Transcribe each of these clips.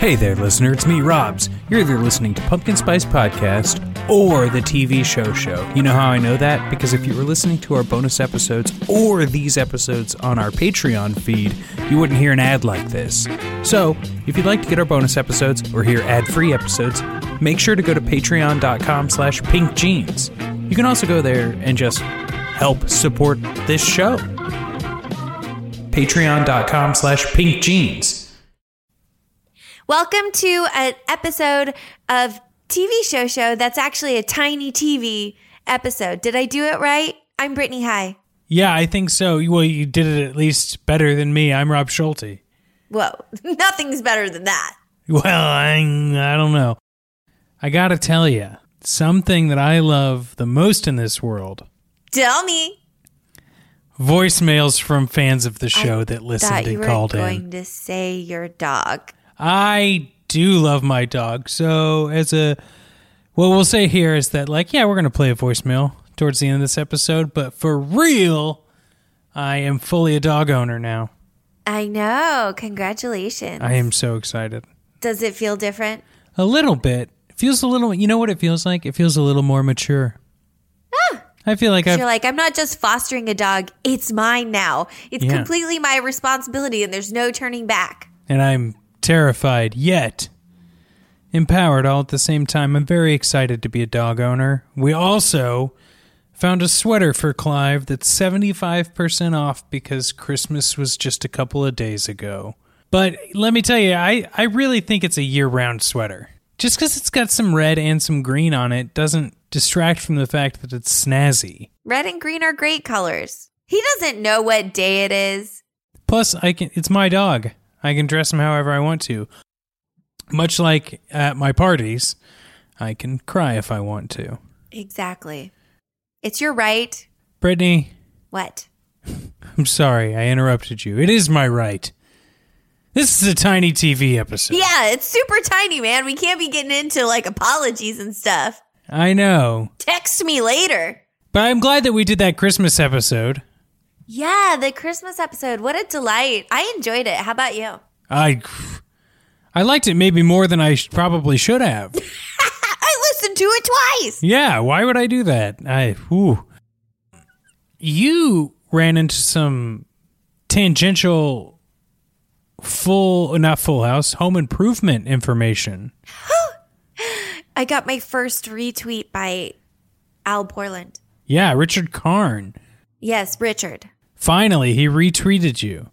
Hey there, listener. It's me, Robs. You're either listening to Pumpkin Spice Podcast or the TV show show. You know how I know that? Because if you were listening to our bonus episodes or these episodes on our Patreon feed, you wouldn't hear an ad like this. So, if you'd like to get our bonus episodes or hear ad-free episodes, make sure to go to patreon.com slash pinkjeans. You can also go there and just help support this show. Patreon.com slash pinkjeans. Welcome to an episode of TV show show that's actually a tiny TV episode. Did I do it right? I'm Brittany High. Yeah, I think so. Well, you did it at least better than me. I'm Rob Schulte. Whoa, nothing's better than that. Well, I, I don't know. I got to tell you, something that I love the most in this world Tell me voicemails from fans of the show that listened that you and were called going in. to say your dog. I do love my dog. So, as a what we'll say here is that, like, yeah, we're going to play a voicemail towards the end of this episode, but for real, I am fully a dog owner now. I know. Congratulations. I am so excited. Does it feel different? A little bit. It feels a little. You know what it feels like? It feels a little more mature. I Ah. feel like I've. You're like, I'm not just fostering a dog. It's mine now. It's Yeah. completely my responsibility and there's no turning back. and I'm terrified yet empowered all at the same time. I'm very excited to be a dog owner. We also found a sweater for Clive that's 75% off because Christmas was just a couple of days ago. But let me tell you, I, I really think it's a year round sweater. Just because it's got some red and some green on it doesn't distract from the fact that it's snazzy. Red and green are great colors. He doesn't know what day it is. Plus, I can. It's my dog. I can dress him however I want to. Much like at my parties, I can cry if I want to. Exactly. It's your right. Brittany, What? I'm sorry I interrupted you. It is my right. This is a tiny TV episode. Yeah, it's super tiny, man. We can't be getting into like apologies and stuff. I know, Text me later. but I'm glad that we did that Christmas episode. Yeah, the Christmas episode. What a delight. I enjoyed it. How about you? I, I liked it maybe more than I sh- probably should have. I listened to it twice. Yeah, why would I do that? I whew. You ran into some tangential full not full house home improvement information. I got my first retweet by Al Borland. Yeah, Richard Karn. Yes, Richard. Finally, he retweeted you.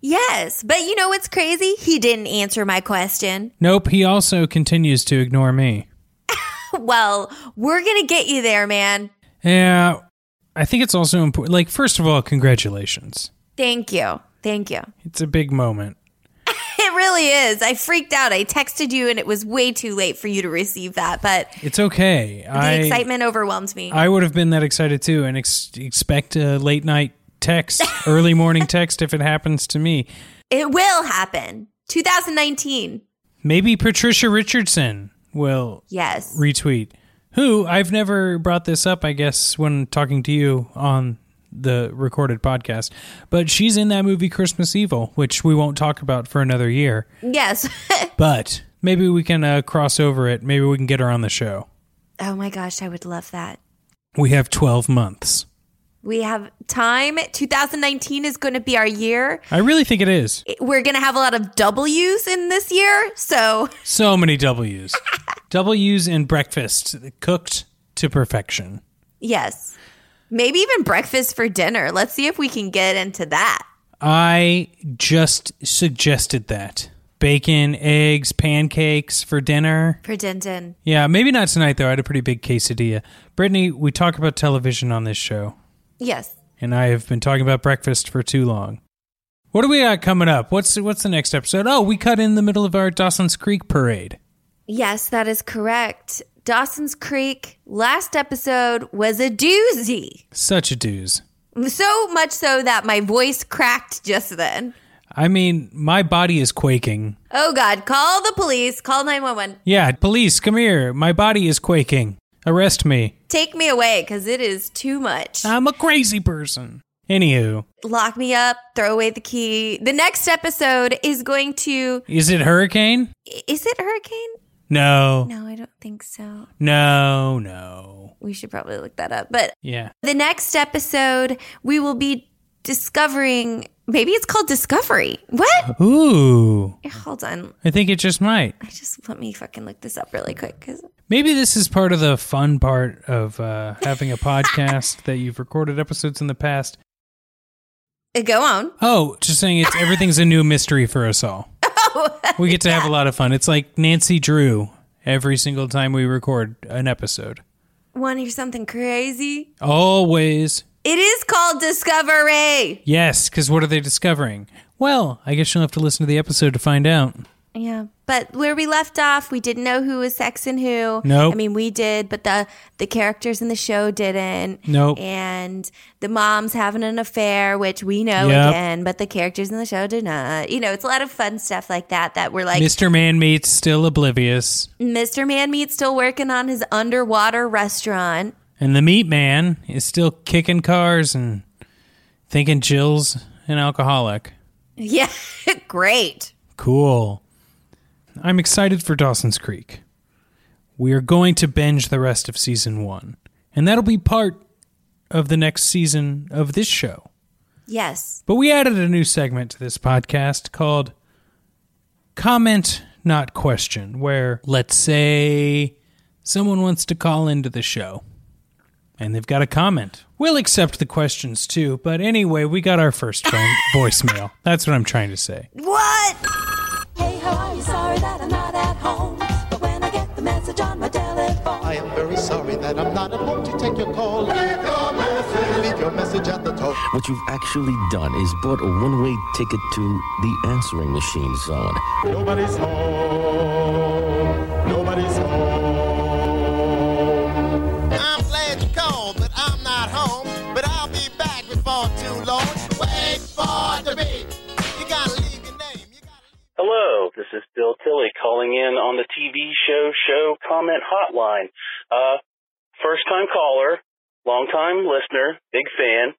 Yes, but you know what's crazy? He didn't answer my question. Nope, he also continues to ignore me. Well, we're going to get you there, man. Yeah, I think it's also important. Like, first of all, congratulations. Thank you. Thank you. It's a big moment. It really is. I freaked out. I texted you and it was way too late for you to receive that, but It's okay. the I excitement overwhelmed me. I would have been that excited too, and ex- expect a late night text, early morning text if it happens to me. it will happen. 2019. Maybe Patricia Richardson will Yes. retweet, who I've never brought this up, I guess, when talking to you on the recorded podcast, but she's in that movie Christmas Evil, which we won't talk about for another year. Yes. But maybe we can uh, cross over it. Maybe we can get her on the show. oh my gosh, I would love that. We have 12 months. We have time. 2019 is going to be our year. I really think it is. We're going to have a lot of W's in this year. So, So many W's. W's in breakfast cooked to perfection. yes. Maybe even breakfast for dinner. Let's see if we can get into that. I just suggested that. Bacon, eggs, pancakes for dinner. For Denton. Yeah, maybe not tonight though. I had a pretty big quesadilla. Brittany, we talk about television on this show, Yes. and I have been talking about breakfast for too long. What do we got coming up? What's what's the next episode? Oh, we cut in the middle of our Dawson's Creek parade. Yes, that is correct. Dawson's Creek last episode was a doozy. Such a dooz. So much so that my voice cracked just then. I mean, my body is quaking. Oh God, call the police, call 911. Yeah, police, come here. My body is quaking. Arrest me. Uh-huh. Take me away because it is too much. I'm a crazy person. Anywho, Lock me up, throw away the key. The next episode is going to. is it Hurricane? Is it Hurricane? No, No, I don't think so. no, no. We should probably look that up. But Yeah. the next episode, we will be discovering. Maybe it's called Discovery. Uh-huh. What? Ooh, Hold on. I think it just might. I just let me fucking look this up really quick because Maybe this is part of the fun part of uh, having a podcast that you've recorded episodes in the past. go on. Oh, just saying, it's everything's a new mystery for us all. we get to have a lot of fun. It's like Nancy Drew every single time we record an episode. Want to hear something crazy? Always. It is called Discovery. Yes, because what are they discovering? Well, I guess you'll have to listen to the episode to find out. Yeah, but where we left off, we didn't know who was sexing who. Nope. I mean we did, but the the characters in the show didn't. Nope. And the mom's having an affair, which we know Yep. again, but the characters in the show did not. You know, it's a lot of fun stuff like that that we're like, Mr. Man Meat's still oblivious, Mr. Man Meat's still working on his underwater restaurant. and the Meat Man is still kicking cars and thinking Jill's an alcoholic. Yeah, great. Cool. I'm excited for Dawson's Creek. We are going to binge the rest of season one, and that'll be part of the next season of this show. Yes. But we added a new segment to this podcast called Comment Not Question, where let's say someone wants to call into the show and they've got a comment. We'll accept the questions too, but anyway, we got our first phone voicemail. That's what I'm trying to say. What? Hey ho, I'm sorry that I'm not at home. But when I get the message on my telephone, I am very sorry that I'm not at home to take your call. Leave your message. Leave your message at the tone. What you've actually done is bought a one way ticket to the answering machine zone. Nobody's home. Nobody's home. I'm glad you called, but I'm not home. But I'll be back before too long. Wait for the beat. You gotta leave your name. You gotta leave. Hello, this is Bill Tilly calling in on the TV show show comment hotline. Uh, first time caller, long time listener, big fan,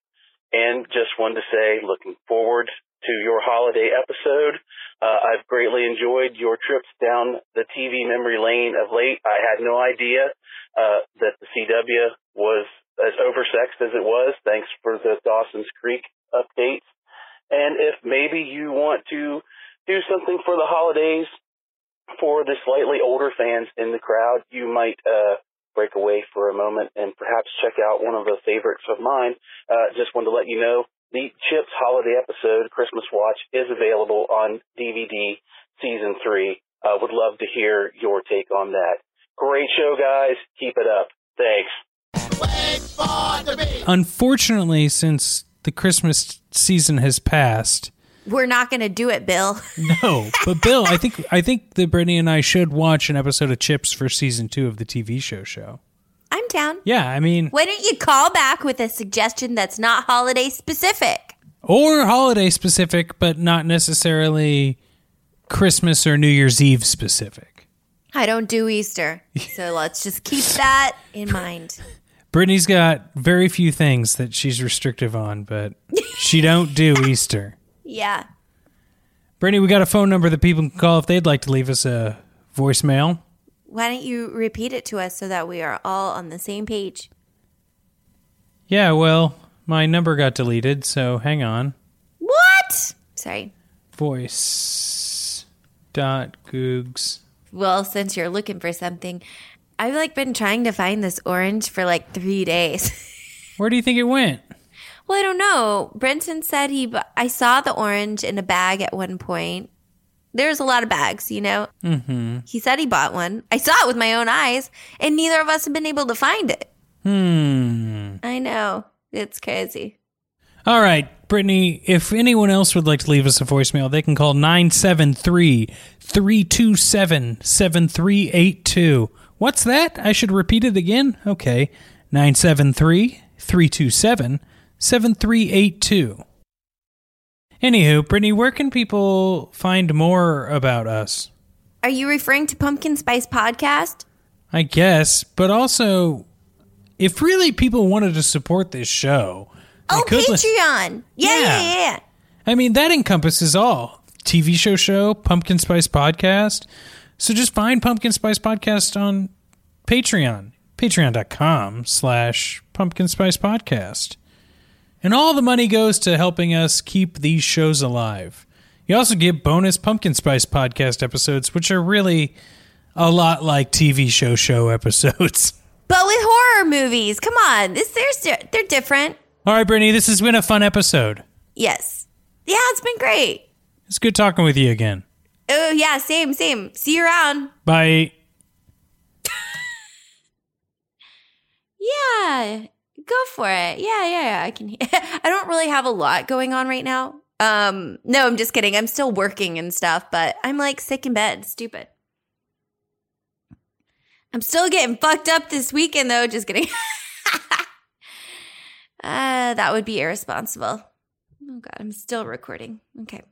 and just wanted to say looking forward to your holiday episode. Uh, I've greatly enjoyed your trips down the TV memory lane of late. I had no idea uh, that the CW was as oversexed as it was. Thanks for the Dawson's Creek updates. And if maybe you want to do something for the holidays for the slightly older fans in the crowd, you might uh, break away for a moment and perhaps check out one of the favorites of mine. Uh, just wanted to let you know the Chips holiday episode, Christmas Watch, is available on DVD season three. Uh, would love to hear your take on that. Great show, guys. Keep it up. Thanks. Wait for the beat. Unfortunately, since the Christmas season has passed, We're not going to do it, Bill. no. But Bill, I think I think that Brittany and I should watch an episode of Chips for season two of the TV show show. I'm down. Yeah, I mean, Why don't you call back with a suggestion that's not holiday specific? or holiday specific, but not necessarily Christmas or New Year's Eve specific. I don't do Easter. So let's just keep that in mind. Brittany's got very few things that she's restrictive on, but she don't do Easter. Yeah. Brittany, we got a phone number that people can call if they'd like to leave us a voicemail. Why don't you repeat it to us so that we are all on the same page? Yeah, well, my number got deleted, so hang on. What? Sorry. Voice dot googs. Well, since you're looking for something, I've like been trying to find this orange for like three days. Where do you think it went? well, I don't know. Brenton said he, bu- I saw the orange in a bag at one point. There's a lot of bags, you know? Mm-hmm. He said he bought one. I saw it with my own eyes, and neither of us have been able to find it. Hmm. I know. It's crazy. All right, Brittany, if anyone else would like to leave us a voicemail, they can call 973 327 7382. What's that? I should repeat it again? Okay. 973 327 7382. Anywho, Brittany, where can people find more about us? Are you referring to Pumpkin Spice Podcast? I guess, but also, if really people wanted to support this show, Oh, could Patreon. listen- Yeah. yeah, yeah, yeah, yeah. I mean, that encompasses all TV show, show, Pumpkin Spice Podcast. So just find Pumpkin Spice Podcast on Patreon, patreon.com slash pumpkin spice podcast. And all the money goes to helping us keep these shows alive. You also get bonus Pumpkin Spice Podcast episodes, which are really a lot like TV show, show episodes. But with horror movies, come on, this they're they're different. All right, Brittany, this has been a fun episode. Yes, yeah, it's been great. It's good talking with you again. Oh yeah, same, same. See you around. Bye. Yeah, go for it. Yeah, yeah, yeah. I can. I don't really have a lot going on right now. Um, no, I'm just kidding. I'm still working and stuff, but I'm like sick in bed. Stupid. I'm still getting fucked up this weekend though. Just kidding. uh, that would be irresponsible. Oh god, I'm still recording. Okay.